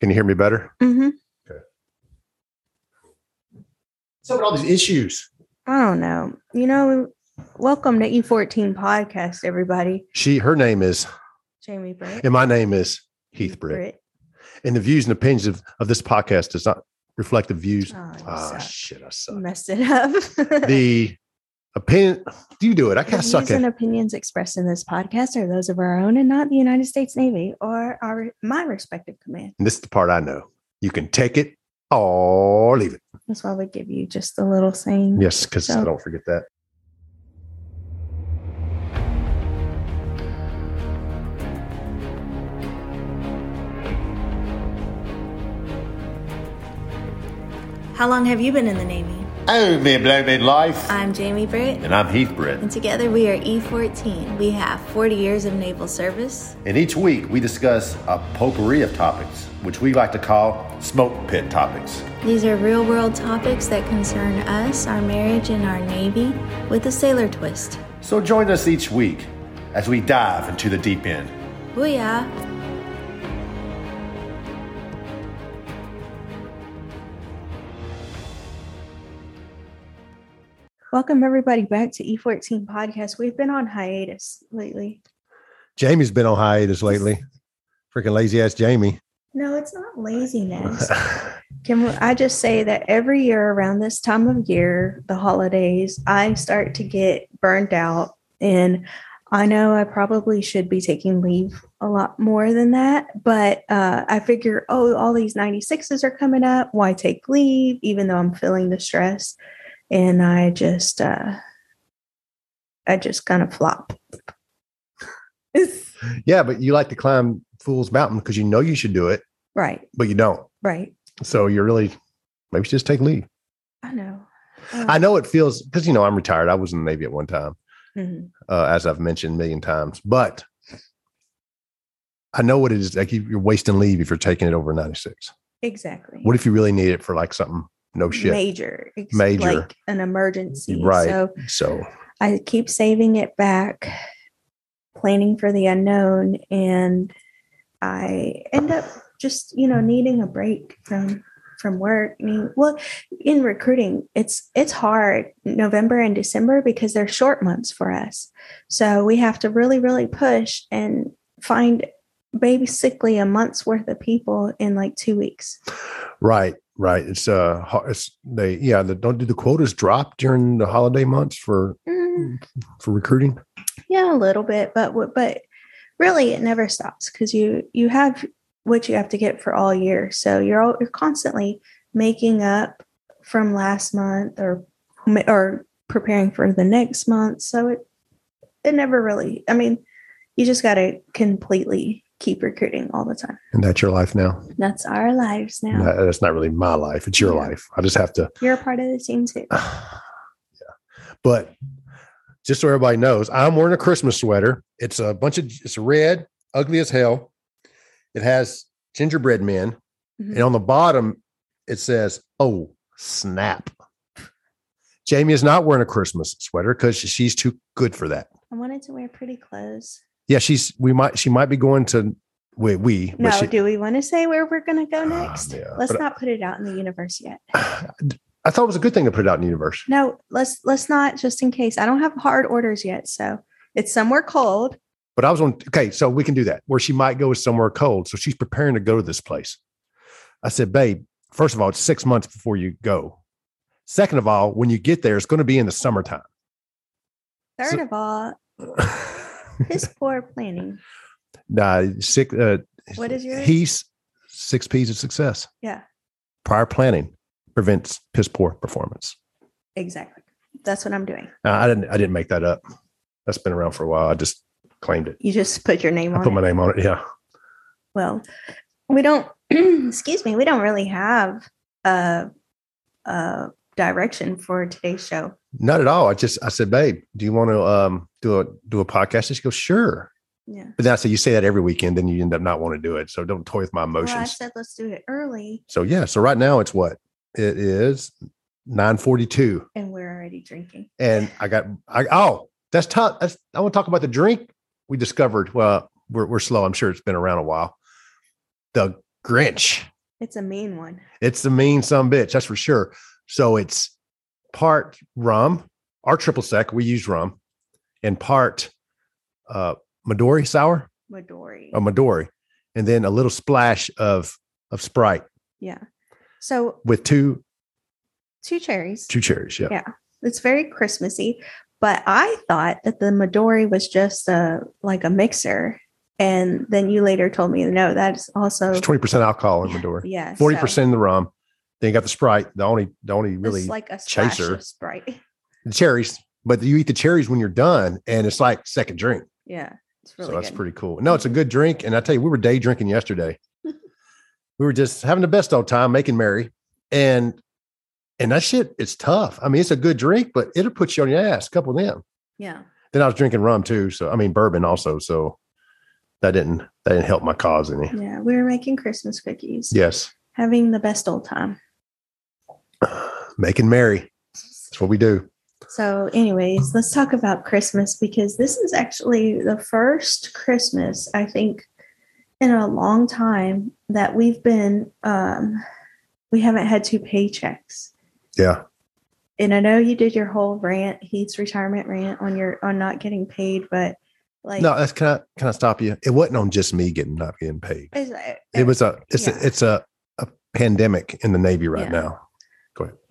Can you hear me better? Mm-hmm. What's up with all these issues? I don't know. You know, welcome to E14 podcast, everybody. She, her name is, Jamie Britt. and my name is Heath Britt. And the views and opinions of, of this podcast does not reflect the views. Oh, you Ah, suck. shit, I You suck. messed it up. The opinion, do you do it? I The can't suck views and it. opinions expressed in this podcast are those of our own and not the United States Navy or our my respective command. And this is the part I know. You can take it or leave it. That's why we give you just a little saying. Yes, because I So- don't forget that. How long have you been in the Navy? Oh, me blow me life. I'm Jamie Britt, and I'm Heath Britt. and together we are E14. We have 40 years of naval service. And each week we discuss a potpourri of topics, which we like to call smoke pit topics. These are real world topics that concern us, our marriage, and our Navy with a sailor twist. So join us each week as we dive into the deep end. Booyah! Welcome, everybody, back to E14 Podcast. We've been on hiatus lately. Jamie's been on hiatus lately. Freaking lazy ass Jamie. No, it's not laziness. Can we- I just say that every year around this time of year, the holidays, I start to get burnt out. And I know I probably should be taking leave a lot more than that, but uh, I figure, oh, all these 96s are coming up. Why take leave, even though I'm feeling the stress? And I just, uh, I just kind of flop. yeah, but you like to climb Fool's Mountain because you know you should do it, right, but you don't. right. So you're really maybe just take leave. I know. I know it feels because you know I'm retired. I was in the Navy at one time, Mhm. uh, as I've mentioned a million times. But I know what it is. Like you- you're wasting leave if you're taking it over 96. Exactly. What if you really need it for like something? No shit. major, ex- Major. like an emergency. Right. So So I keep saving it back, planning for the unknown, and I end up just you know needing a break from from work. I mean, well, in recruiting, it's it's hard November and December because they're short months for us. So we have to really really push and find basically a month's worth of people in like two weeks. right, right. It's uh, ho- it's they yeah. The, don't do the quotas drop during the holiday months for Mm. for recruiting. yeah a little bit but w- but really it never stops because you you have what you have to get for all year so you're all, you're constantly making up from last month or ma- or preparing for the next month so it it never really i mean you just got to completely keep recruiting all the time And that's your life now. that's our lives now That- that's not really my life. It's your Yeah. life. I just have to you're a part of the team too yeah. But just so everybody knows, I'm wearing a Christmas sweater. It's a bunch of it's red, ugly as hell. It has gingerbread men, Mhm. and on the bottom it says, "Oh snap." Jamie is not wearing a Christmas sweater because she's too good for that. i wanted to wear pretty clothes Yeah, she's we might she might be going to we we but no she- do we want to say where we're going to go Ah, next yeah, let's but- not put it out in the universe yet I thought it was a good thing to put it out in the universe. No, let's let's not just in case. I don't have hard orders yet, so it's somewhere cold. But I was on okay, so we can do that. Where she might go is somewhere cold. So she's preparing to go to this place. I said, babe, first of all, it's six months before you go. Second of all, when you get there, it's going to be in the summertime. Third So- of all, this poor planning. nah, six. Uh, What is yours? He's six P's of success. Yeah, Prior planning prevents piss poor performance. exactly. That's what I'm doing. Uh, I didn't. I didn't make that up. That's been around for a while. I just claimed it. You just put your name I on put it. my name on it. Yeah. well, we don't. excuse me. We don't really have a, a direction for today's show. Not at all. I just I said, babe, do you want to um do a do a podcast? And she goes, sure. Yeah. But that's it. You say that every weekend, then you end up not wanting to do it. So don't toy with my Well, I emotions. said let's do it early, so yeah. So right now it's what it is nine forty two, and we're already drinking. and I got I oh that's tough. That's, I want to talk about the drink we discovered. Well, we're we're slow. I'm sure it's been around a while. The Grinch. It's a mean one. It's the mean some bitch, that's for sure. So it's part rum, our triple sec, we use rum, and part uh Midori sour Midori. or Midori, and then a little splash of of Sprite Yeah. So with two two cherries. two cherries. Yeah. Yeah. It's very Christmassy, but I thought that the Midori was just a like a mixer, and then you later told me no, that's also It's twenty percent alcohol in Midori, yeah forty percent in the rum. Then you got the Sprite, the only the only Really, really it's like a splash chaser. of Sprite. the cherries. But you eat the cherries when you're done, and it's like second drink. Yeah, it's really so that's good. pretty cool. No, it's a good drink. And I tell you, we were day drinking yesterday. we were just having the best old time making merry. And and that shit is tough. I mean, it's a good drink, but it'll put you on your ass, a couple of them. Yeah, Then I was drinking rum too. So I mean bourbon also. So that didn't that didn't help my cause any. yeah. We were making Christmas cookies, Yes. having the best old time. Making merry. That's what we do. So, anyways, let's talk about Christmas because this is actually the first Christmas, I think, in a long time that we've been, um, we haven't had two paychecks. Yeah. And I know you did your whole rant, Heath's retirement rant on your, on not getting paid, but like, No, that's can I can I stop you? It wasn't on just me getting not getting paid. it's, it, It was a it's Yeah. a, it's a, a pandemic in the Navy right Yeah. now.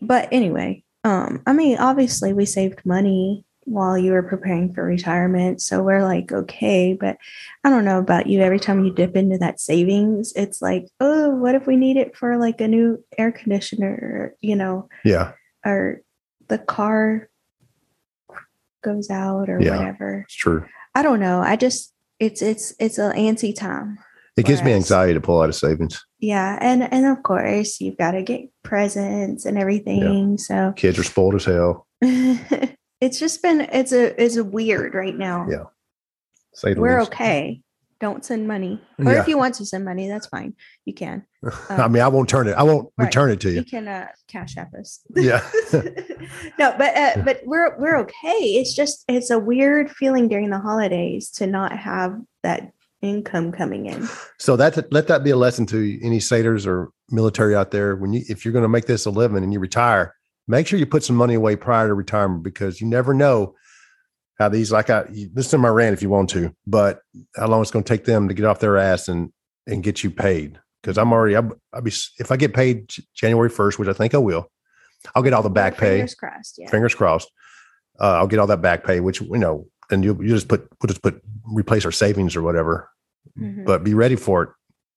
but anyway, um, I mean, obviously we saved money while you were preparing for retirement, so we're like, okay, but I don't know about you. Every time you dip into that savings, it's like, oh, what if we need it for like a new air conditioner, or, you know, Yeah. or the car goes out or Yeah. whatever. It's true. I don't know. I just it's it's it's an antsy time. It gives me Whereas- anxiety to pull out of savings. Yeah, and and of course you've got to get presents and everything. So Kids are spoiled as hell. it's just been it's a it's a weird right now. Yeah, Say the We're least. okay. Don't send money. Or Yeah. if you want to send money, that's fine. You can. I mean, I won't turn it. I won't Right. return it to You you. can uh, cash app us. Yeah. no, but uh, but we're we're okay. It's just it's a weird feeling during the holidays to not have that income coming in. So that let that be a lesson to any satyrs or military out there. When you, if you're going to make this a living and you retire, make sure you put some money away prior to retirement because you never know how these. Like I you, listen to my rant if you want to, but how long it's going to take them to get off their ass and and get you paid. Because I'm already, I'll, I'll be if I get paid J- January 1st, which I think I will, I'll get all the back pay. Fingers crossed. Yeah. fingers crossed. Uh, I'll get all that back pay, which you know, and you you just put we'll just put replace our savings or whatever. Mhm. But be ready for it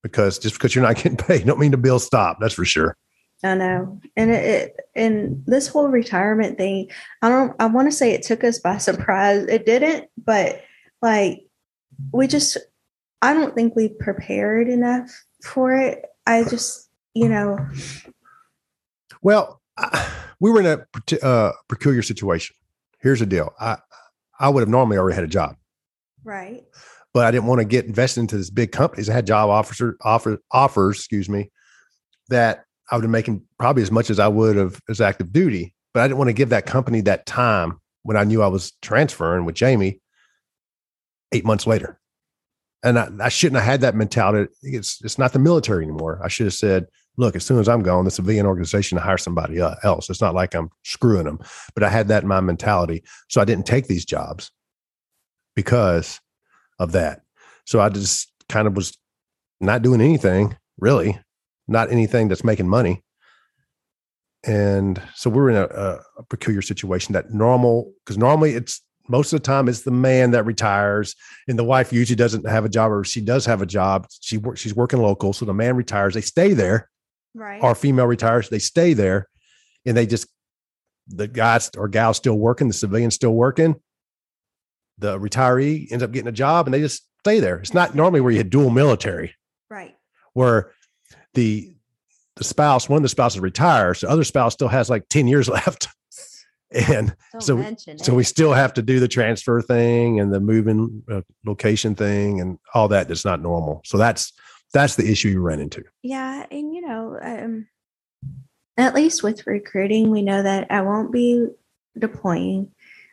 because just because you're not getting paid, don't mean the bill stop. That's for sure. I know. And it, it and this whole retirement thing, I don't I want to say it took us by surprise. It didn't, but like we just I don't think we prepared enough for it. I just, you know, Well, I, we were in a parti- uh, peculiar situation. Here's the deal: I I would have normally already had a job, right. but I didn't want to get invested into this big companies. I had job officer offer offers, excuse me, that I would have making probably as much as I would have as active duty, but I didn't want to give that company that time when I knew I was transferring with Jamie eight months later. And I, I shouldn't have had that mentality. It's it's not the military anymore. I should have said, look, as soon as I'm gone, the civilian organization to hire somebody uh, else. It's not like I'm screwing them, but I had that in my mentality. So I didn't take these jobs because of that. So I just kind of was not doing anything really, not anything that's making money. And so we were in a, a, a peculiar situation that normal, because normally it's most of the time it's the man that retires and the wife usually doesn't have a job or if she does have a job. She works, she's working local. So the man retires, they stay there Right. our female retires, they stay there and they just the guys or gals still working, the civilians still working. The retiree ends up getting a job and they just stay there. It's not normally where you had dual military, right. where the the spouse, one of the spouses retires, the other spouse still has like 10 years left. And Don't so we- mention so it. we still have to do the transfer thing and the moving uh, location thing and all that that's not normal. So that's that's the issue you run into. Yeah, and you know, um, at least with recruiting, we know that I won't be deploying.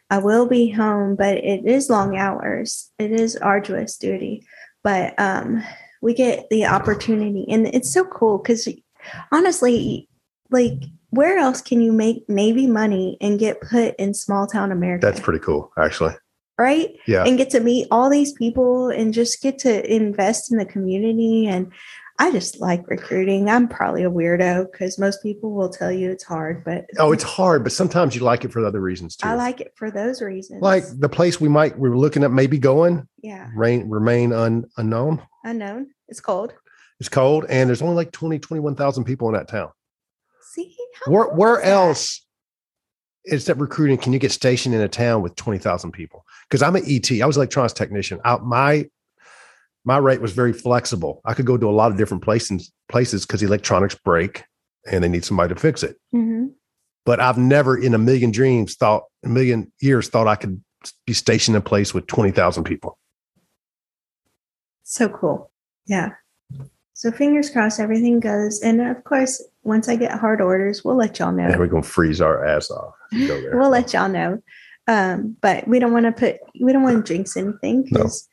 I will be home, but it is long hours. It is arduous duty, but um, we get the opportunity, and it's so cool because honestly, like where else can you make Navy money and get put in small town America? That's pretty cool, actually. right. Yeah. And get to meet all these people and just get to invest in the community. And I just like recruiting. I'm probably a weirdo because most people will tell you it's hard, but Oh, it's hard, but sometimes you like it for other reasons too. I like it for those reasons. like the place we might we were looking at maybe going yeah, rain, remain un, unknown. unknown. It's cold. It's cold and there's only like 20 21,000 people in that town. See, how Where cool where is that? else except recruiting can you get stationed in a town with 20,000 people? Cuz I'm an ET. I was an electronics technician. Out my my rate was very flexible. I could go to a lot of different places places cuz electronics break and they need somebody to fix it. Mhm. But I've never in a million dreams thought a million years thought I could be stationed in a place with 20,000 people. So cool. Yeah. So fingers crossed, everything goes. And of course, once I get hard orders, we'll let y'all know. And we're going to freeze our ass off. if we go there. we'll let y'all know. Um, but we don't want to put we don't want to jinx anything No. because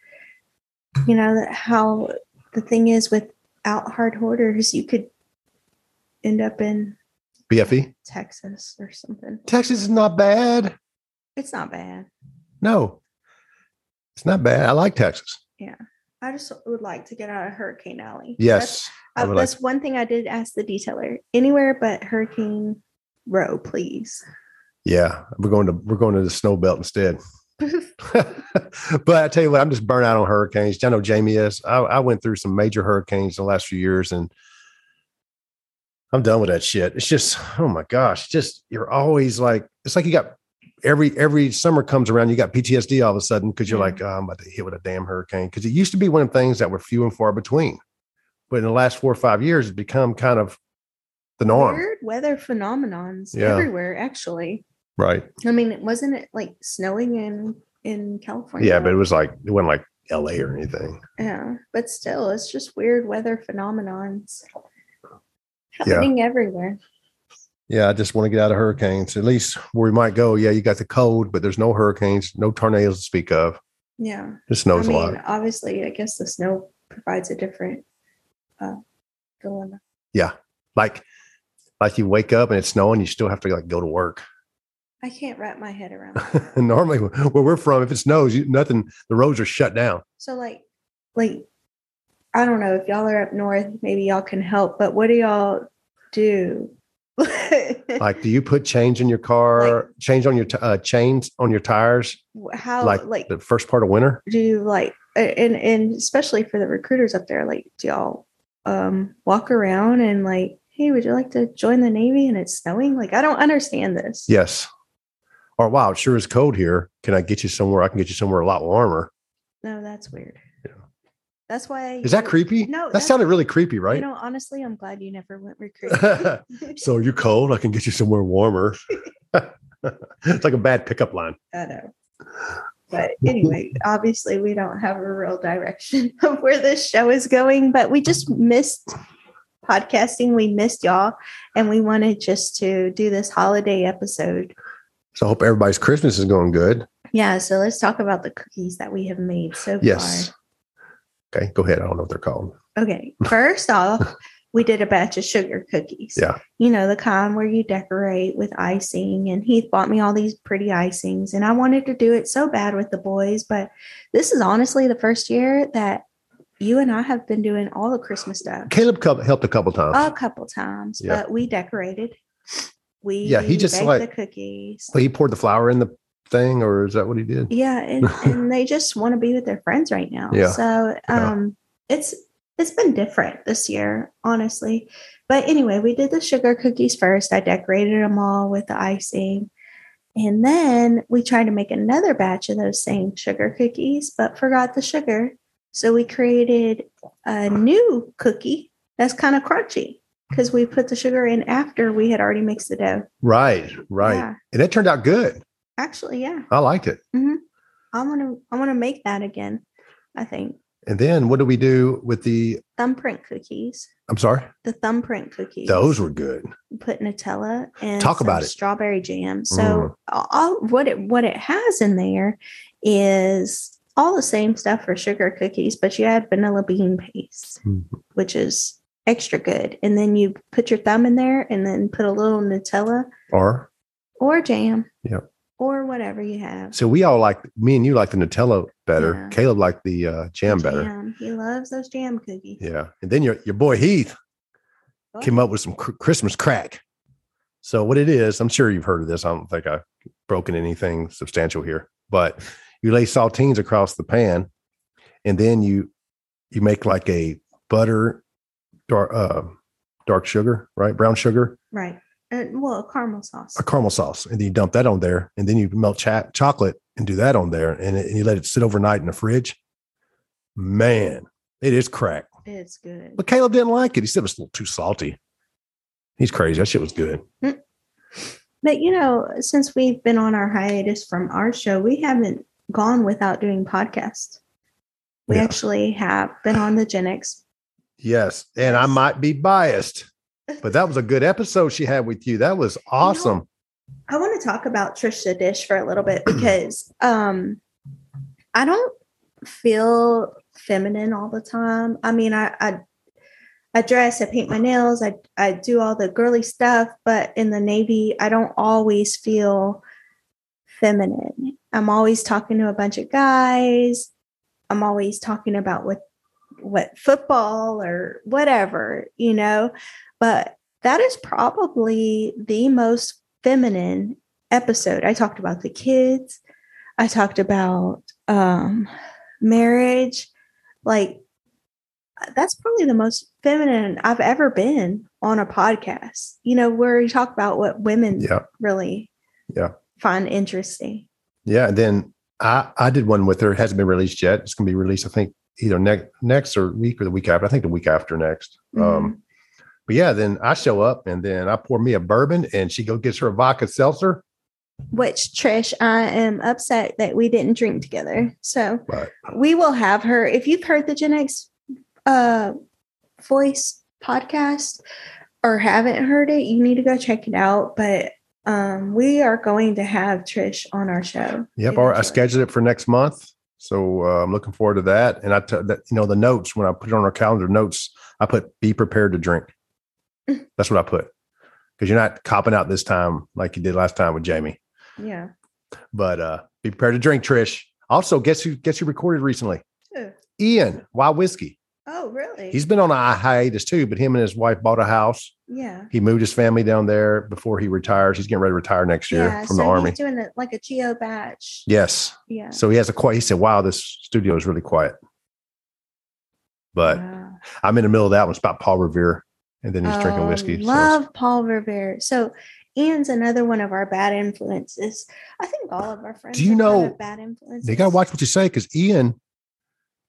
you know how the thing is without hard orders, you could end up in BFE. Texas or something. E? Texas is not bad. It's not bad. No. It's not bad. I like Texas. I just would like to get out of Hurricane Alley. Yes. I that's, uh, would like that's one thing I did ask the detailer. Anywhere but Hurricane Row, please. Yeah, we're going to we're going to the snow belt instead. but I tell you what, I'm just burnt out on hurricanes. I know Jamie is. I, I went through some major hurricanes in the last few years, and I'm done with that shit. It's just, oh my gosh, just you're always like, it's like you got every every summer comes around, you got PTSD all of a sudden because you're Yeah. like, oh, I'm about to hit with a damn hurricane. Because it used to be one of the things that were few and far between, but in the last four or five years, it's become kind of the norm, Weird weather phenomenons Yeah. everywhere, actually. right? I mean, it wasn't it like snowing in in California? Yeah, but it was like it wasn't like L.A. or anything. yeah, but still, it's just weird weather phenomenons Yeah. happening everywhere. Yeah, I just want to get out of hurricanes. At least where we might go, yeah, you got the cold, but there's no hurricanes, no tornadoes to speak of. Yeah, It snows I mean, a lot. obviously, I guess the snow provides a different uh, dilemma. Like, like you wake up and it's snowing, you still have to like go to work. I can't wrap my head around. that. Normally, where we're from, if it snows, you, nothing. The roads are shut down. So like like I don't know if y'all are up north, maybe y'all can help, but what do y'all do? like Like, do you put change in your car? change on your t- uh, chains on your tires? how like, like, the first part of winter? do you like a- and and especially for the recruiters up there, like do y'all um walk around and like, hey, would you like to join the Navy and it's snowing? Like I don't understand this. Yes. Or wow, it sure is cold here. Can I get you somewhere? I can get you somewhere a lot warmer. No, that's weird. Yeah. That's why Is that creepy? No, that that's- sounded really creepy, right? You know, honestly, I'm glad you never went recruiting. So are you cold? I can get you somewhere warmer. it's like a bad pickup line. I know. But anyway, obviously, we don't have a real direction of where this show is going, but we just missed podcasting. We missed y'all, and we wanted just to do this holiday episode. So I hope everybody's Christmas is going good. Yeah, so let's talk about the cookies that we have made so Yes. Okay, go ahead. I don't know what they're called. far. Okay, first off, we did a batch of sugar cookies. Yeah. You know, the kind where you decorate with icing, and Heath bought me all these pretty icings, and I wanted to do it so bad with the boys, but this is honestly the first year that you and I have been doing all the Christmas stuff Caleb cou- helped a couple times. a couple times, Yeah. but we decorated. We Yeah, he just baked like- the cookies. Well, he poured the flour in the thing, or is that what he did? Yeah, and, and they just want to be with their friends right now. Yeah. So Yeah. um it's it's been different this year, honestly. But anyway, we did the sugar cookies first. I decorated them all with the icing. And then we tried to make another batch of those same sugar cookies, but forgot the sugar. So we created a new cookie that's kind of crunchy because we put the sugar in after we had already mixed the dough. Right, right. Yeah. And it turned out good. Actually, yeah. I liked it. I want to I want to make that again. I think And then what do we do with the? thumbprint cookies, I'm sorry, the thumbprint cookies. those were good. put Nutella and Talk some about it. Mm. strawberry jam. So all what it what it has in there is all the same stuff for sugar cookies, but you add vanilla bean paste, Mhm. which is extra good. And then you put your thumb in there and then put a little Nutella Or or jam. Yeah. Or whatever you have. so we all like me and you like the Nutella better. Yeah. Caleb liked the uh, jam better. Jam. He loves those jam cookies. Yeah, and then your your boy Heath What? came up with some cr- Christmas crack. So what it is, I'm sure you've heard of this. I don't think I've broken anything substantial here, but you lay saltines across the pan, and then you you make like a butter dark uh, dark sugar, right? Brown sugar, Right. And, well, caramel sauce. a caramel sauce, and then you dump that on there, and then you melt cha- chocolate and do that on there, and, it- and you let it sit overnight in the fridge. Man, it is crack. It's good. But Caleb didn't like it. He said it was a little too salty. He's crazy. That shit was good. But you know, since we've been on our hiatus from our show, we haven't gone without doing podcasts. We Yeah. actually have been on the Gen X. Yes. And I might be biased, but that was a good episode she had with you. That was awesome. I want to talk about Trisha Dish for a little bit because um I don't feel feminine all the time. I mean, I I, I dress, I paint my nails, I I do all the girly stuff, but in the Navy, I don't always feel feminine. I'm always talking to a bunch of guys. I'm always talking about what what football or whatever, you know, but that is probably the most feminine episode. I talked about the kids. I talked about um, marriage. Like, that's probably the most feminine I've ever been on a podcast, you know, where you talk about what women Yeah. really Yeah. find interesting. Yeah. And then I, I did one with her. It hasn't been released yet. It's going to be released, I think, either ne- next or week or the week after. I think the week after next. Mm-hmm. Um, but yeah, then I show up and then I pour me a bourbon and she go gets her a vodka seltzer. Which Trish, I am upset that we didn't drink together. So Right. we will have her. If you've heard the Gen X uh, voice podcast or haven't heard it, you need to go check it out. But um, we are going to have Trish on our show. Yep. Or I eventually. scheduled it for next month. So uh, I'm looking forward to that. And I, t- that, you know, the notes, when I put it on our calendar notes, I put be prepared to drink. That's what I put. Cause you're not copping out this time like you did last time with Jamie, Yeah. but uh, be prepared to drink Trish. Also guess who, guess who recorded recently? Who? Ian, why whiskey? Oh, really? He's been on a hiatus too, but him and his wife bought a house. yeah. He moved his family down there before he retires. He's getting ready to retire next year yeah. from so the army. He's doing it like a geo batch. yes. Yeah. So he has a quiet. He said, "Wow, this studio is really quiet." But Wow. I'm in the middle of that one. It's about Paul Revere, and then he's drinking Oh, whiskey. so it's- Love Paul Revere. So Ian's another one of our bad influences. I think all of our friends. Do you are kind know- of bad influences? you got to watch what you say because Ian,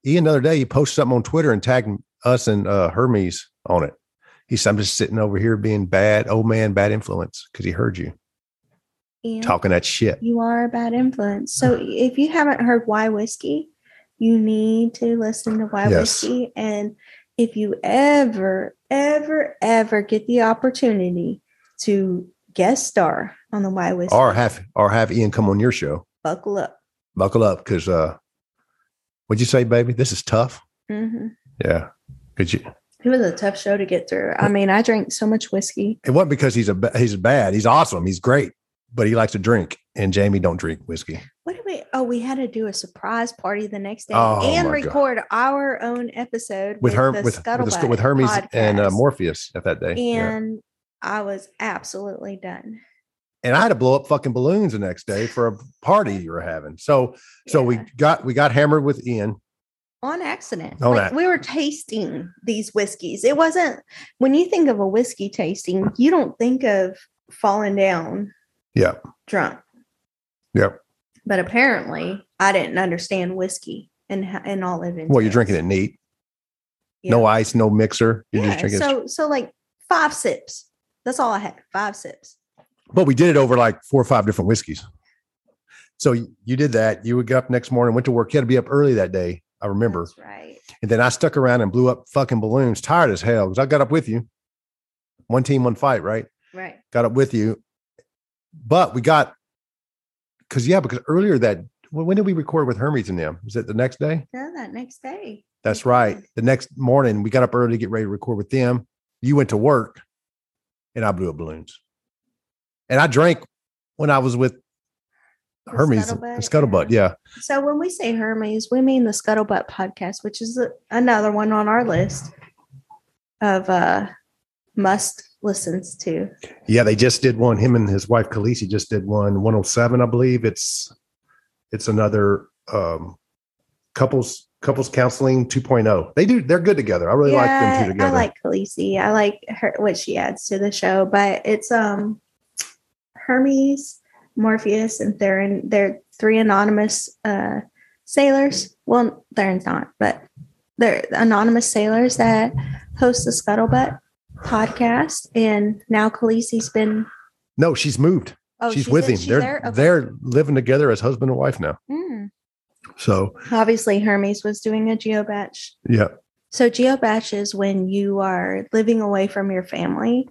Ian, the other day he posted something on Twitter and tagged us and uh, Hermes on it. He said, "I'm just sitting over here being bad, old man, bad influence," because he heard you Ian? talking that shit. you are a bad influence. So if you haven't heard Why Whiskey, you need to listen to Why Yes. Whiskey. And if you ever, ever, ever get the opportunity to guest star on the Why Whiskey, Or have or have Ian come on your show. buckle up. Buckle up, because uh, what'd you say, baby? This is tough. hmm Yeah, because you It was a tough show to get through. I mean, I drank so much whiskey. it wasn't because he's a ba- he's bad. He's awesome. He's great, but he likes to drink. And Jamie don't drink whiskey. What did we? Oh, we had to do a surprise party the next day Oh, and my God. record our own episode with her the with with, the, sc- Scuttlebutt with Hermes and uh, podcast. Morpheus at that day. yeah. And I was absolutely done. and I had to blow up fucking balloons the next day for a party you were having. So so we Yeah. got we got hammered with Ian. on accident. On like ac- we were tasting these whiskeys. It wasn't when you think of a whiskey tasting, you don't think of falling down Yeah, drunk. Yep. But apparently, I didn't understand whiskey and ho- and all of it. well you're drinking it neat. No ice, no mixer. You're just Yeah. drinking. it- So so like five sips. That's all I had. Five sips. but we did it over like four or five different whiskeys. So you, you did that. You would get up next morning, went to work. You had to be up early that day. I remember. That's right. And then I stuck around and blew up fucking balloons, tired as hell, because I got up with you. One team, one fight, right? Right. Got up with you. But we got, because, yeah, because earlier that, when when did we record with Hermes and them? Was it the next day? No, that next day. That's right. The next morning, we got up early to get ready to record with them. You went to work and I blew up balloons. And I drank when I was with The Hermes and scuttlebutt, Scuttlebutt. Yeah. So when we say Hermes, we mean the Scuttlebutt podcast, which is a- another one on our list of uh must listens to. Yeah. They just did one. Him and his wife Khaleesi just did one 107, I believe. It's it's another um couples couples counseling 2.0. They do they're good together. I really like them two I together. like Khaleesi. I like her what she adds to the show, but it's um Hermes, Morpheus, and Theron. They're three anonymous uh sailors. Well, Theron's not, but they're anonymous sailors that host the Scuttlebutt podcast. And now Khaleesi's been no, she's moved. oh she's she's with in- him. she's they're there? Okay. they're living together as husband and wife now. Mm. So Obviously, Hermes was doing a geobatch yeah. So geobatch is when you are living away from your family,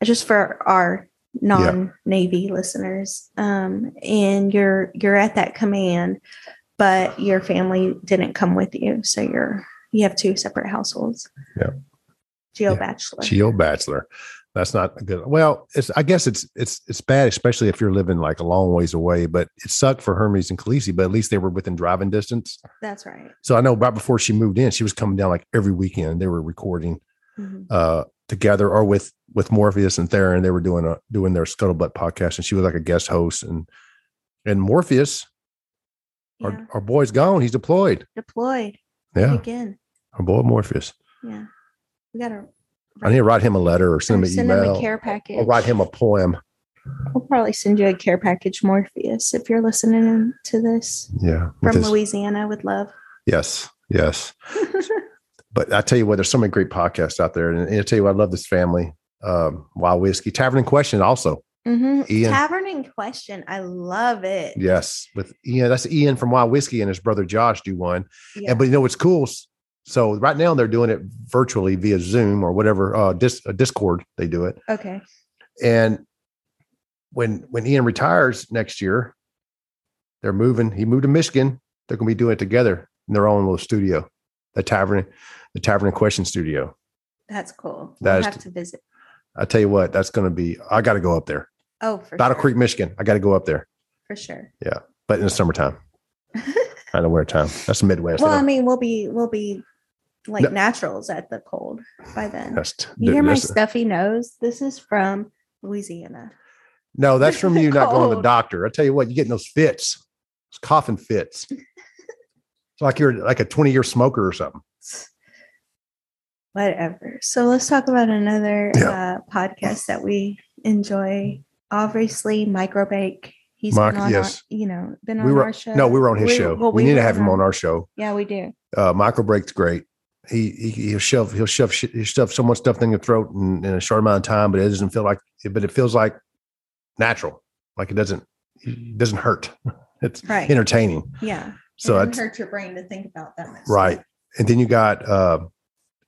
uh, just for our non-navy listeners, um, and you're you're at that command, but your family didn't come with you, so you're you have two separate households. Yeah. Geobachelor. Geo bachelor. That's not a good. Well, it's I guess it's it's it's bad, especially if you're living like a long ways away. But it sucked for Hermes and Khaleesi, but at least they were within driving distance. That's right. So I know right before she moved in, she was coming down like every weekend. They were recording Mhm. uh together or with with Morpheus and Theron. They were doing a doing their scuttlebutt podcast, and she was like a guest host. And and Morpheus, Yeah. our, our boy's gone. He's deployed. Deployed Yeah, again. our boy Morpheus. Yeah, we got to I need to write him a letter or send him an send email. him a care package. or write him a poem. We'll probably send you a care package, Morpheus, if you're listening to this. Yeah, with from his- Louisiana with love. Yes, yes. But I tell you what, there's so many great podcasts out there, and, and I tell you what, I love this family. Um, Wild whiskey, tavern in question, also Mhm. Ian. Tavern in question. I love it. yes, with Ian. That's Ian from Wild Whiskey and his brother Josh do one. Yeah. And but you know what's cool? So right now they're doing it virtually via Zoom or whatever uh, dis- uh, Discord. They do it, okay. and when when Ian retires next year, they're moving. He moved to Michigan. They're going to be doing it together in their own little studio, the tavern, the tavern in question studio. That's cool. That We'll is have t- to visit. I tell you what, that's going to be. I got to go up there, Oh, for Battle sure. Creek, Michigan. I got to go up there, For sure. but in the summertime, not in the wintertime. That's the Midwest. well, I I don't- mean, we'll be we'll be like No. naturals at the cold by then. that's t- you hear dude, my that's- stuffy nose? This is from Louisiana. no, that's from you not going to the cold. doctor. I tell you what, you getting those fits, those coughing fits. it's like you're like a twenty year smoker or something. Whatever. So let's talk about another Yeah. uh, podcast that we enjoy. Obviously, Microbake. He's Mic- been on yes. our, you know, been on we were our show. no, we were on his show. well, we, need were to have him on our show. Yeah, we do. Uh, Michael Brake's great. He, he he'll shove he'll shove shit- he'll shove so much stuff in your throat in, in a short amount of time, but it doesn't feel like. But it feels like natural. Like it doesn't it doesn't hurt. It's Right. entertaining. yeah. So it that's hurt your brain to think about that much. right. And then you got uh,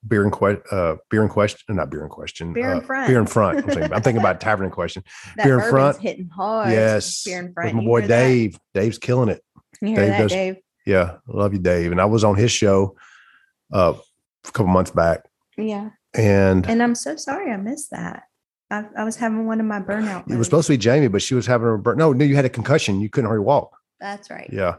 beer and que- uh, beer in question, not beer in question, Beer in uh, front. beer in front. I'm thinking, I'm thinking about tavern in question. That Beer in bourbon's front. hitting hard. yes, Beer in with front. my You boy hear that? Dave. Dave's killing it. You hear Dave that, does- Dave? Yeah, love you, Dave. And I was on his show uh, a couple months back, Yeah. and, And I'm so sorry I missed that. I, I was having one of my burnout. it was moods. supposed to be Jamie, but she was having a burn. No, no, you had a concussion. You couldn't hardly walk. That's right. Yeah,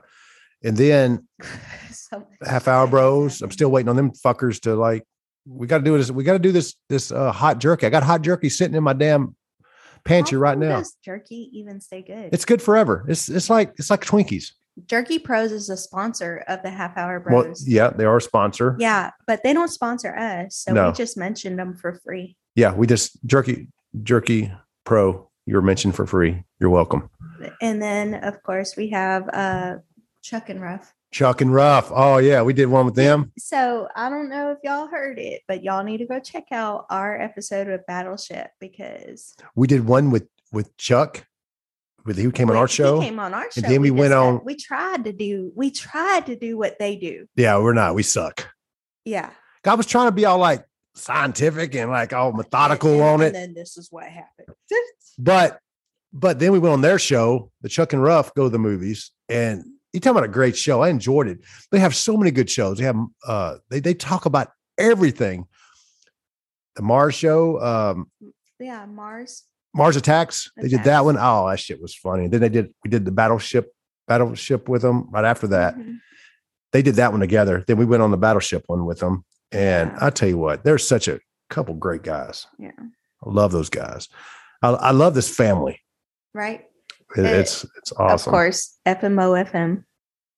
and then so half hour bros. I'm still waiting on them fuckers to like. We got to do this. We got to do this. This uh, hot jerky. I got hot jerky sitting in my damn pantry How right long now. Does jerky even stay good? It's good forever. It's it's like it's like Twinkies. jerky Pros is a sponsor of the Half Hour Bros. Well, yeah, they are a sponsor. Yeah. Yeah, but they don't sponsor us, so No. we just mentioned them for free. we just jerky jerky pro. You were mentioned for free. You're welcome. And then, of course, we have uh, Chuck and Ruff. Chuck and Ruff. Oh yeah, we did one with them. So I don't know if y'all heard it, but y'all need to go check out our episode of Battleship because We did one with with Chuck, with who came on when our he show. came on our show, then we went discussed- on- We tried to do. We tried to do what they do. yeah, we're not. We suck. Yeah, I was trying to be all like scientific and like all methodical on it. And then this is what happened. But but then we went on their show, the Chuck and Ruff go to the movies, and you talking about a great show. I enjoyed it. They have so many good shows. They have uh they they talk about everything. the Mars show, um, Yeah, Mars. Mars Attacks. They did that Attacks. one. Oh, that shit was funny. And then they did we did the battleship battleship with them right after that. Mhm. They did that one together. Then we went on the battleship one with them. And Yeah. I tell you what, there's such a couple great guys. Yeah. I love those guys. I, I love this family. Right. It- Eh, it's it's awesome. Of course, FMO FM.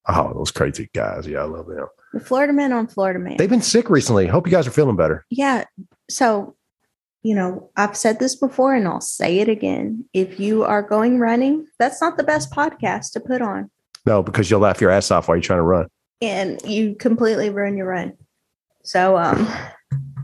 Oh, those crazy guys. Yeah, I love them. The Florida Man on Florida Man. They've been sick recently. Hope you guys are feeling better. yeah. So, you know, I've said this before and I'll say it again. If you are going running, that's not the best podcast to put on. No, because you'll laugh your ass off while you're trying to run. and you completely ruin your run. So um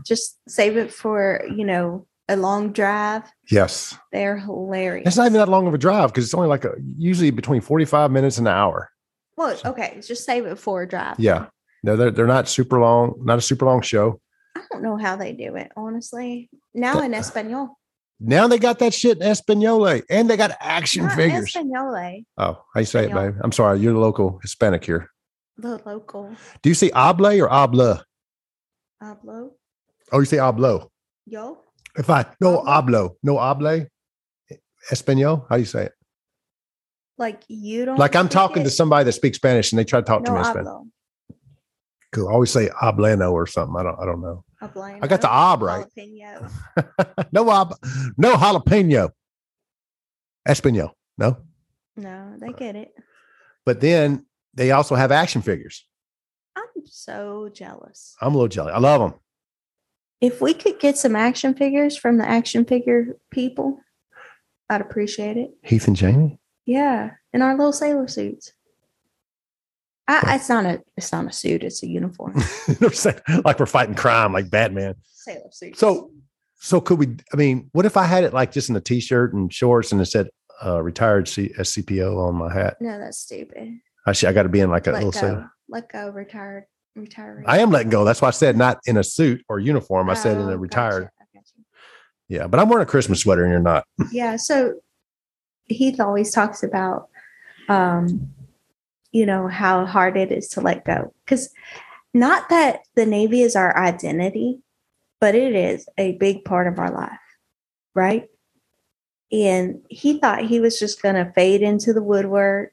just save it for, you know, a long drive. Yes. They're hilarious. It's not even that long of a drive because it's only like a, usually between 45 minutes and an hour. well, okay, just save it for a drive. Yeah. No, they're, they're not super long, not a super long show. I don't know how they do it, honestly. Now in Espanol. Now they got that shit in Espanole and they got action Not eh? figures. Espanole, oh, how you say it, Espanol. babe? I'm sorry. You're the local Hispanic here. the local Do you say oble or obla? hablo. Oh, you say oblo. Yo, If I, no, oblo, no, oble, Espanol. How do you say it? like you don't Like I'm speak talking to it? somebody that speaks Spanish and they try to talk to no, me in Spanish. hablo. Cool. I always say oblano or something. I don't. I don't know. Hablano, I got the ob right. jalapeno. no ob. No jalapeno. Espanol. No. No, they get it. But then they also have action figures. I'm so jealous. I'm a little jelly. I love them. If we could get some action figures from the action figure people, I'd appreciate it. Heath and Jamie. Yeah, in our little sailor suits. I, it's not a it's not a suit; it's a uniform. You know what I'm saying? like we're fighting crime, like Batman. sailor suit. So, so could we? I mean, what if I had it like just in a t-shirt and shorts, and it said uh, "retired C- SCPO" on my hat? no, that's stupid. I should. I got to be in like a Let little. go, sailor. let go, retired, retiree. I am letting go. That's why I said not in a suit or uniform. I said in Oh, a retired. gotcha, I gotcha. Yeah, but I'm wearing a Christmas sweater and you're not. yeah so heath always talks about um you know how hard it is to let go because not that the navy is our identity but it is a big part of our life right and he thought he was just going to fade into the woodwork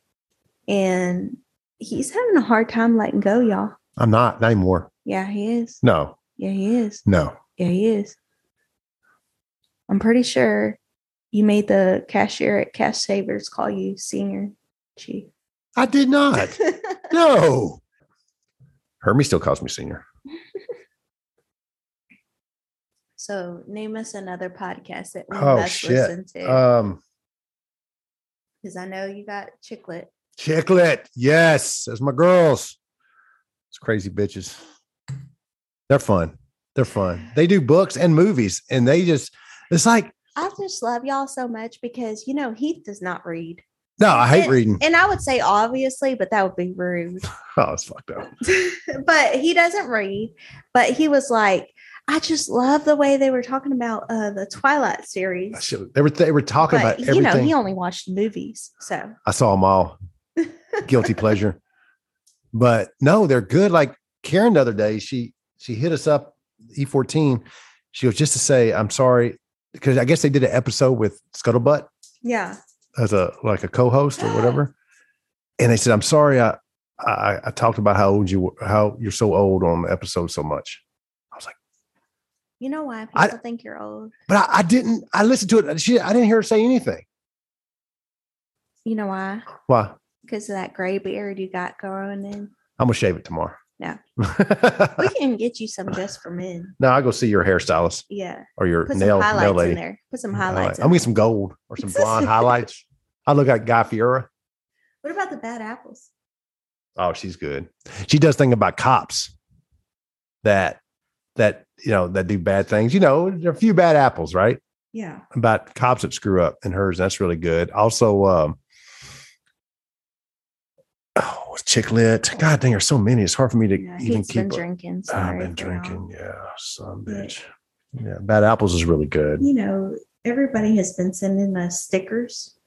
and he's having a hard time letting go y'all I'm not, not anymore. yeah he is No, yeah he is no. yeah, he is. I'm pretty sure you made the cashier at Cash Savers call you senior chief. I did not. no. Hermie still calls me senior. so name us another podcast that we Oh, must shit. listen to. Um Because I know you got Chicklet. Chicklet. Yes. That's my girls. It's crazy bitches. They're fun. They're fun. They do books and movies. And they just it's like, I just love y'all so much because you know Heath does not read. no, I hate And- reading. And I would say obviously, but that would be rude. Oh, it's fucked up. but he doesn't read. But he was like, I just love the way they were talking about uh, the Twilight series. I should, they were they were talking but about you everything. know he only watched movies so I saw them all. Guilty pleasure. But no, they're good. Like Karen the other day, she she hit us up E14. She was just to say, I'm sorry, because I guess they did an episode with Scuttlebutt yeah as a like a co-host or whatever. And they said, I'm sorry, I I, I talked about how old you were, how you're so old on the episode so much. you know why people I- think you're old But I, I didn't I listened to it. She I didn't hear her say anything. you know why Why? because of that gray beard you got going in I'm gonna shave it tomorrow. No. no, we can get you some just for men I go see your hairstylist yeah or your put nail some nail highlights lady. in there put some All right. highlights in I'm there. getting some gold or some blonde highlights. I look like Guy Fiera. what about the bad apples Oh, she's good. She does think about cops that that you know that do bad things. You know, there are a few bad apples, right? yeah About cops that screw up and hers. That's really good. Also, um Oh, Chicklet. God dang, there's so many. It's hard for me to yeah even he's been keep. up. drinking I've sorry been for y'all. drinking. Yeah, son Yeah. bitch. Yeah, bad apples is really good. you know everybody has been sending us stickers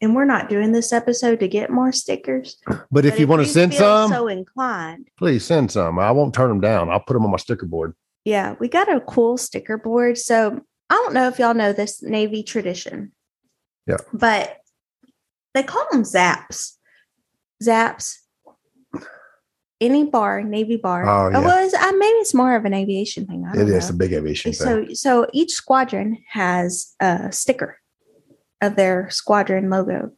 and we're not doing this episode to get more stickers But if but you want to send feel some, so inclined please send some. I won't turn them down. I'll put them on my sticker board. Yeah, we got a cool sticker board. So I don't know if y'all know this Navy tradition. Yeah. But they call them zaps. Zaps. Any bar, Navy bar. Oh, yeah. It was uh, maybe it's more of an aviation thing. I It don't is a know. big aviation thing. So so each squadron has a sticker of their squadron logo.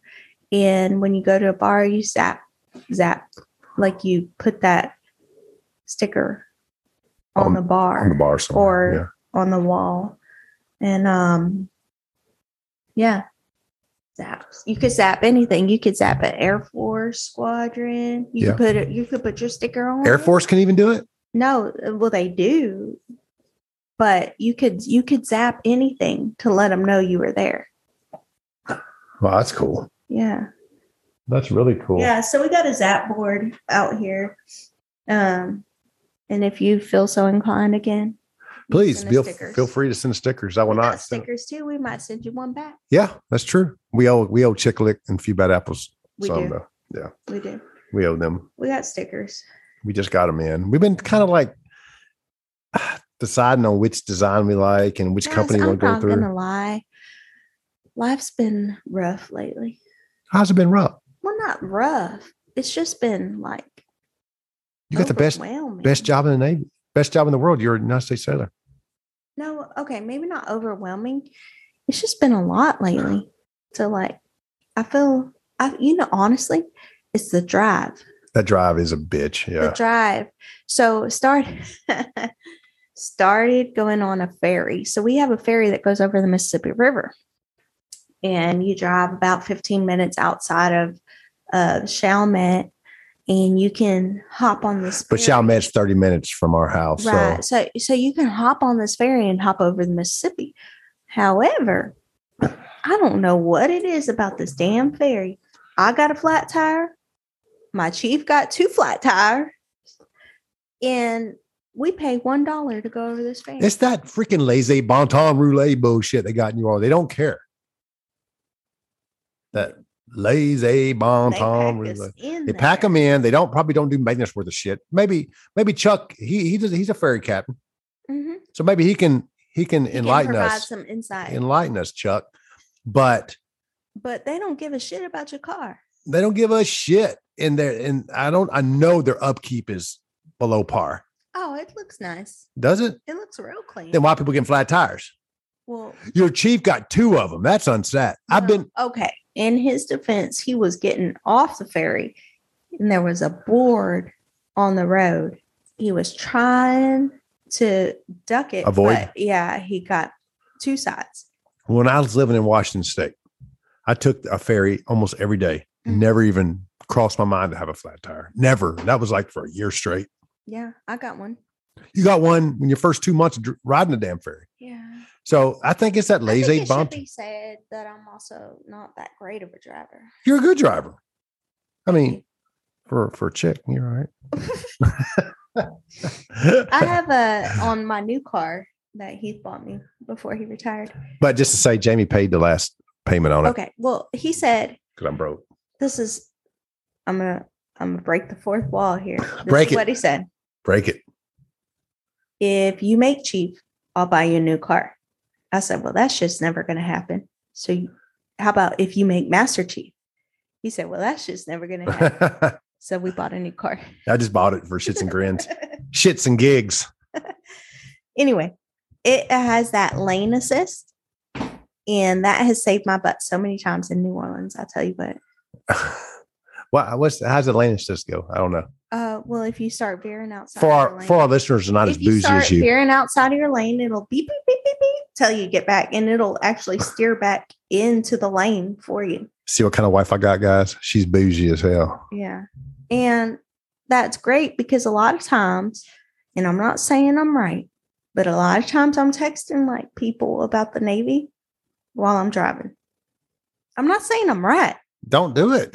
And when you go to a bar, you zap, zap, like you put that sticker on, On- the bar on the bar somewhere. or- on the wall. And um yeah. Zaps. You could zap anything. You could zap an Air Force squadron. Yeah. You could put it you could put your sticker on. yeah. Air it. Force can even do it. No, well they do. But you could you could zap anything to let them know you were there. Well, that's cool. Yeah. That's really cool. Yeah, so we got a zap board out here. Um and if you feel so inclined again, you can Please send us feel stickers. feel free to send stickers. I will We got not. Send, stickers too. We might send you one back. yeah, that's true. We owe we owe Chick Lick and a few bad apples. We some do. though. We do. We owe them. We got stickers. We just got them in. We've been kind of like deciding on which design we like and which Guys, company we'll I'm go not through. gonna lie. Life's been rough lately. How's it been, Rob? Well, not rough. It's just been like You got the best overwhelming. best job in the navy, best job in the world. You're a United States sailor. No, okay, maybe not overwhelming. It's just been a lot lately. So like, I feel I you know honestly, it's the drive. That drive is a bitch. The Yeah, drive. So start started going on a ferry. So we have a ferry that goes over the Mississippi River. And you drive about 15 minutes outside of uh Chalmette and you can hop on this but ferry. Chalmette's thirty minutes from our house. Right. So So so you can hop on this ferry and hop over the Mississippi. However, I don't know what it is about this damn ferry. I got a flat tire. My chief got two flat tires. And we pay one dollar to go over this ferry. it's that freaking lazy bon ton roulette bullshit they got in New Orleans. They don't care. That lazy bon They ton pack us roulette. in They pack there. them in. They don't probably don't do maintenance worth of shit. Maybe maybe Chuck he he does he's a ferry captain, Mhm. so maybe he can he can He can enlighten provide us some insight. enlighten us Chuck, but but they don't give a shit about your car. they don't give a shit in there. And I don't I know their upkeep is below par. Oh, it looks nice. Does it? It looks real clean. Then why are people getting flat tires? well, Your chief got two of them. That's unsat. I've Well, been okay. In his defense, he was getting off the ferry and there was a board on the road. He was trying to duck it. Avoid. but yeah, he got two sides. when I was living in Washington State, I took a ferry almost every day. Mhm. Never even crossed my mind to have a flat tire. Never. That was like for a year straight. Yeah, I got one. You got one when your first two months dr- riding the damn ferry. Yeah. So I think it's that lazy it bump. should be said that I'm also not that great of a driver. You're a good driver. I mean, for for a chick, you're all right. I have a on my new car that he bought me before he retired. but just to say, Jamie paid the last payment on it Okay. Well, he said because I'm broke. this is I'm gonna I'm gonna break the fourth wall here. This Break is it. what he said. Break it. If you make chief, I'll buy you a new car. I said, Well, that's just never gonna happen. So you- how about if you make master chief? He said, Well, that's just never gonna happen. I so we bought a new car. just bought it for shits and grins, shits and gigs. anyway, it has that lane assist. And that has saved my butt so many times in New Orleans. I tell you what. well, what's how's Atlanta just go? I don't know. Uh, well, if you start veering outside For your our lane- for our listeners, are not as if you boozy start as you. veering outside of your lane, it'll beep, beep, beep, beep, beep till you get back, and it'll actually steer back into the lane for you. See what kind of wife I got, guys. She's bougie as hell. Yeah. And that's great because a lot of times, and I'm not saying I'm right, but a lot of times I'm texting like people about the Navy while I'm driving. I'm not saying I'm right. Don't do it.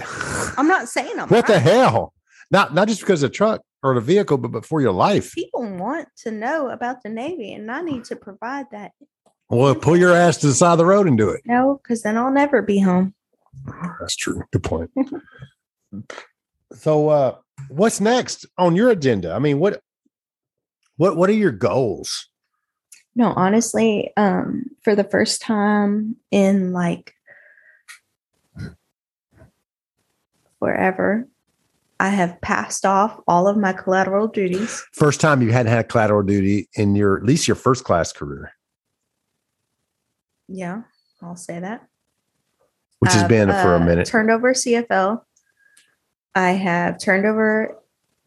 I'm not saying I'm what right. the hell? Not not just because of the truck or the vehicle, but, but for your life. People want to know about the Navy, and I need to provide that. Well, pull your ass to the side of the road and do it. No, because then I'll never be home. That's true. Good point. so uh what's next on your agenda? I mean, what What What are your goals? No, honestly, um, for the first time in like forever, I have passed off all of my collateral duties. First time you hadn't had collateral duty in your at least your first class career, Yeah, I'll say that. which has I've, been for a uh, minute. Turned over CFL. I have turned over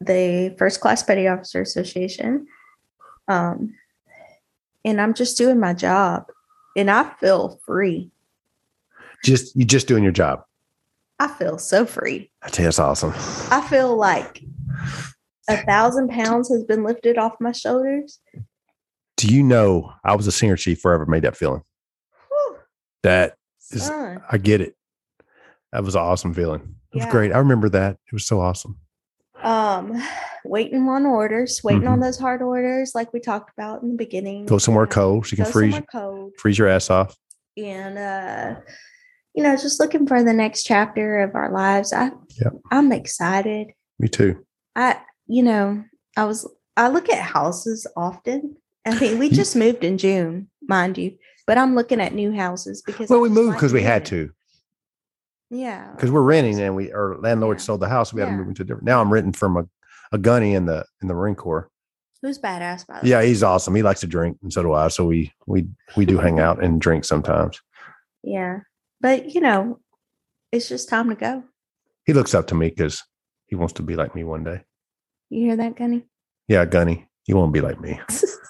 the First Class Petty Officer Association. Um, and I'm just doing my job and I feel free. Just you just doing your job. I feel so free. I tell you, that's awesome. I feel like a thousand pounds has been lifted off my shoulders. Do you know I was a senior chief forever? Made that feeling. Whew, That Is- son. I get it. That was an awesome feeling. It was Yeah. great. I remember that. It was so awesome. Um, waiting on orders, waiting on Mm-hmm. those hard orders, like we talked about in the beginning. Go somewhere you know, cold. So you can go freeze somewhere cold. freeze your ass off. and uh you know just looking for the next chapter of our lives i Yep. i'm excited Me too. i you know i was i look at houses often i mean we You- just moved in june mind you but i'm looking at new houses because I Well, we just moved like because we had moving. to yeah because we're renting and we our landlord Yeah. sold the house. We had to Yeah. move into a different. Now I'm renting from a, a gunny in the in the Marine Corps. who's badass by the Yeah, way he's awesome. He likes to drink, and so do I. So we we we do hang out and drink sometimes. yeah but you know it's just time to go He looks up to me because he wants to be like me one day. you hear that gunny Yeah, gunny, you won't be like me.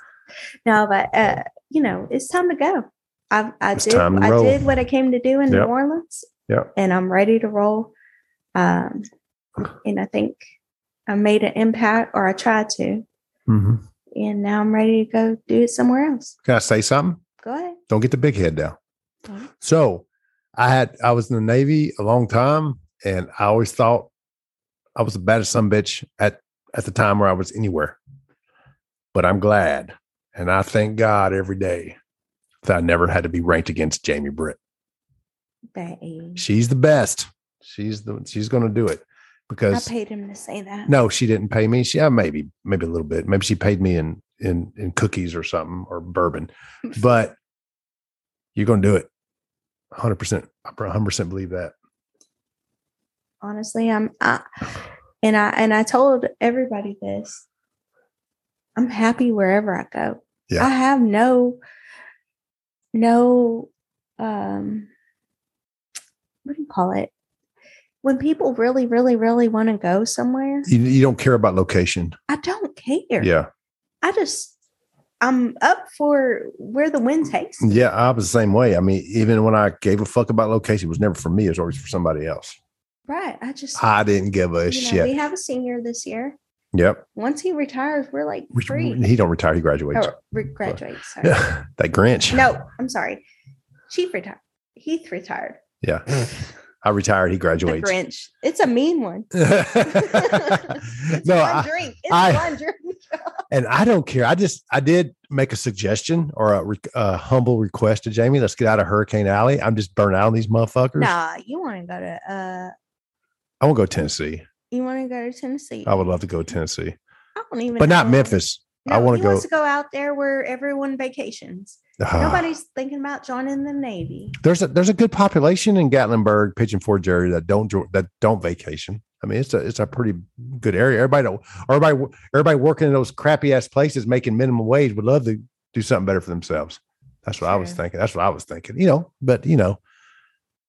no, but uh, you know, it's time to go. I I It's did time to I roll. did what I came to do in Yep. New Orleans. Yep. And I'm ready to roll. Um and I think I made an impact or I tried to. Mm-hmm. And now I'm ready to go do it somewhere else. Can I say something? Go ahead. Don't get the big head down. Don't. So I had I was in the Navy a long time, and I always thought I was the baddest son of a bitch at at the time where I was anywhere. But I'm glad, and I thank God every day that I never had to be ranked against Jamie Britt. Babe. She's the best. She's the she's going to do it I because paid him to say that. no, she didn't pay me. She yeah, maybe maybe a little bit. Maybe she paid me in in in cookies or something or bourbon. But you're going to do it. 100%. I 100% believe that. Honestly, I'm I, and I and I told everybody this. I'm happy wherever I go. Yeah. I have no no um what do you call it? When people really, really, really want to go somewhere, You, you don't care about location. I don't care. Yeah. I just I'm up for where the wind takes. me. Yeah. I was the same way. I mean, even when I gave a fuck about location, it was never for me. It was always for somebody else. Right. I just I didn't give a you know, we shit. have a senior this year. Yep. Once he retires, we're like We- free. He don't retire. He graduates. Or re- graduate, sorry. that Grinch. No, I'm sorry. Chief retired. Heath retired. Yeah. I retired. He The graduates. Grinch. It's a mean one. It's no, one I, drink. It's I- one drink. and I don't care. I just I did make a suggestion or a, re- a humble request to Jamie. Let's get out of Hurricane Alley. I'm just burnt out on these motherfuckers. Nah, you want to go to uh, I want to go to Tennessee. you want to go to Tennessee. I would love to go to Tennessee, I don't even. but not know. Memphis. I No, wanna he go- Wants to go out there where everyone vacations. Ah, Nobody's thinking about joining the Navy. there's a there's a good population in Gatlinburg, Pigeon Forge area that don't jo- that don't vacation. I mean, it's a it's a pretty good area. Everybody don't, everybody wo- everybody working in those crappy ass places making minimum wage would love to do something better for themselves. That's what I was True. thinking. That's what I was thinking. You know, but you know,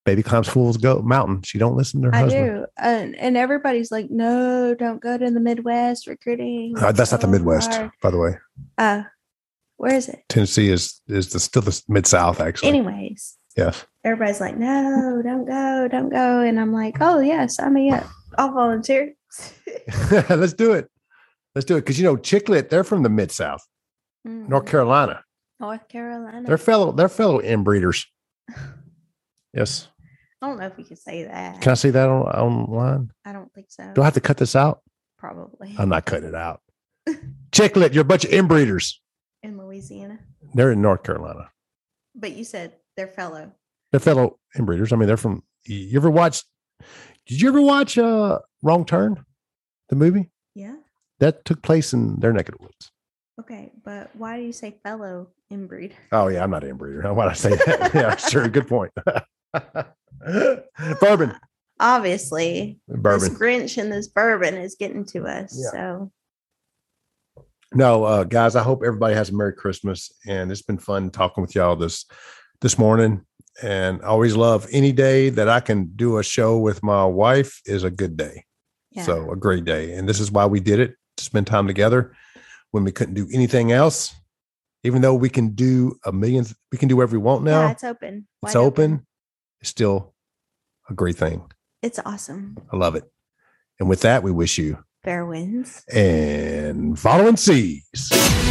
baby climbs fool's go mountain. She don't listen to her I husband. do, and, and everybody's like, "No, don't go to the Midwest recruiting." Uh, that's not the so Midwest, hard." by the way. Uh, where is it? Tennessee is is the still the mid South actually. Anyways, yes, everybody's like, no, don't go, don't go. And I'm like, oh, yeah, sign me up. I'll volunteer. let's do it. Let's do it because you know Chicklet, they're from the mid South. Mm, North Carolina. North Carolina. They're fellow they're fellow inbreeders. Yes. I don't know if we could say that. Can I see that on online? I don't think so. Do I have to cut this out? Probably I'm not cutting it out. Chicklet, you're a bunch of inbreeders. in Louisiana. They're in North Carolina. But you said they're fellow. They're fellow inbreeders. I mean, they're from you ever watch did you ever watch uh Wrong Turn? The movie? Yeah. That took place in their neck of the woods. Okay, but why do you say fellow inbreed? Oh yeah, I'm not an inbreeder. Why'd I say that? yeah, sure. Good point. bourbon, Obviously, this bourbon. Grinch and this bourbon is getting to us. Yeah. So No, uh, guys, I hope everybody has a Merry Christmas, and it's been fun talking with y'all this this morning. And I always love any day that I can do a show with my wife is a good day. yeah, So a great day. And this is why we did it to spend time together when we couldn't do anything else. Even though we can do a million, we can do whatever we want now. yeah, it's it's open. wide open. It's still a great thing. It's awesome. I love it. And with that, we wish you Fair winds. and follow and seize.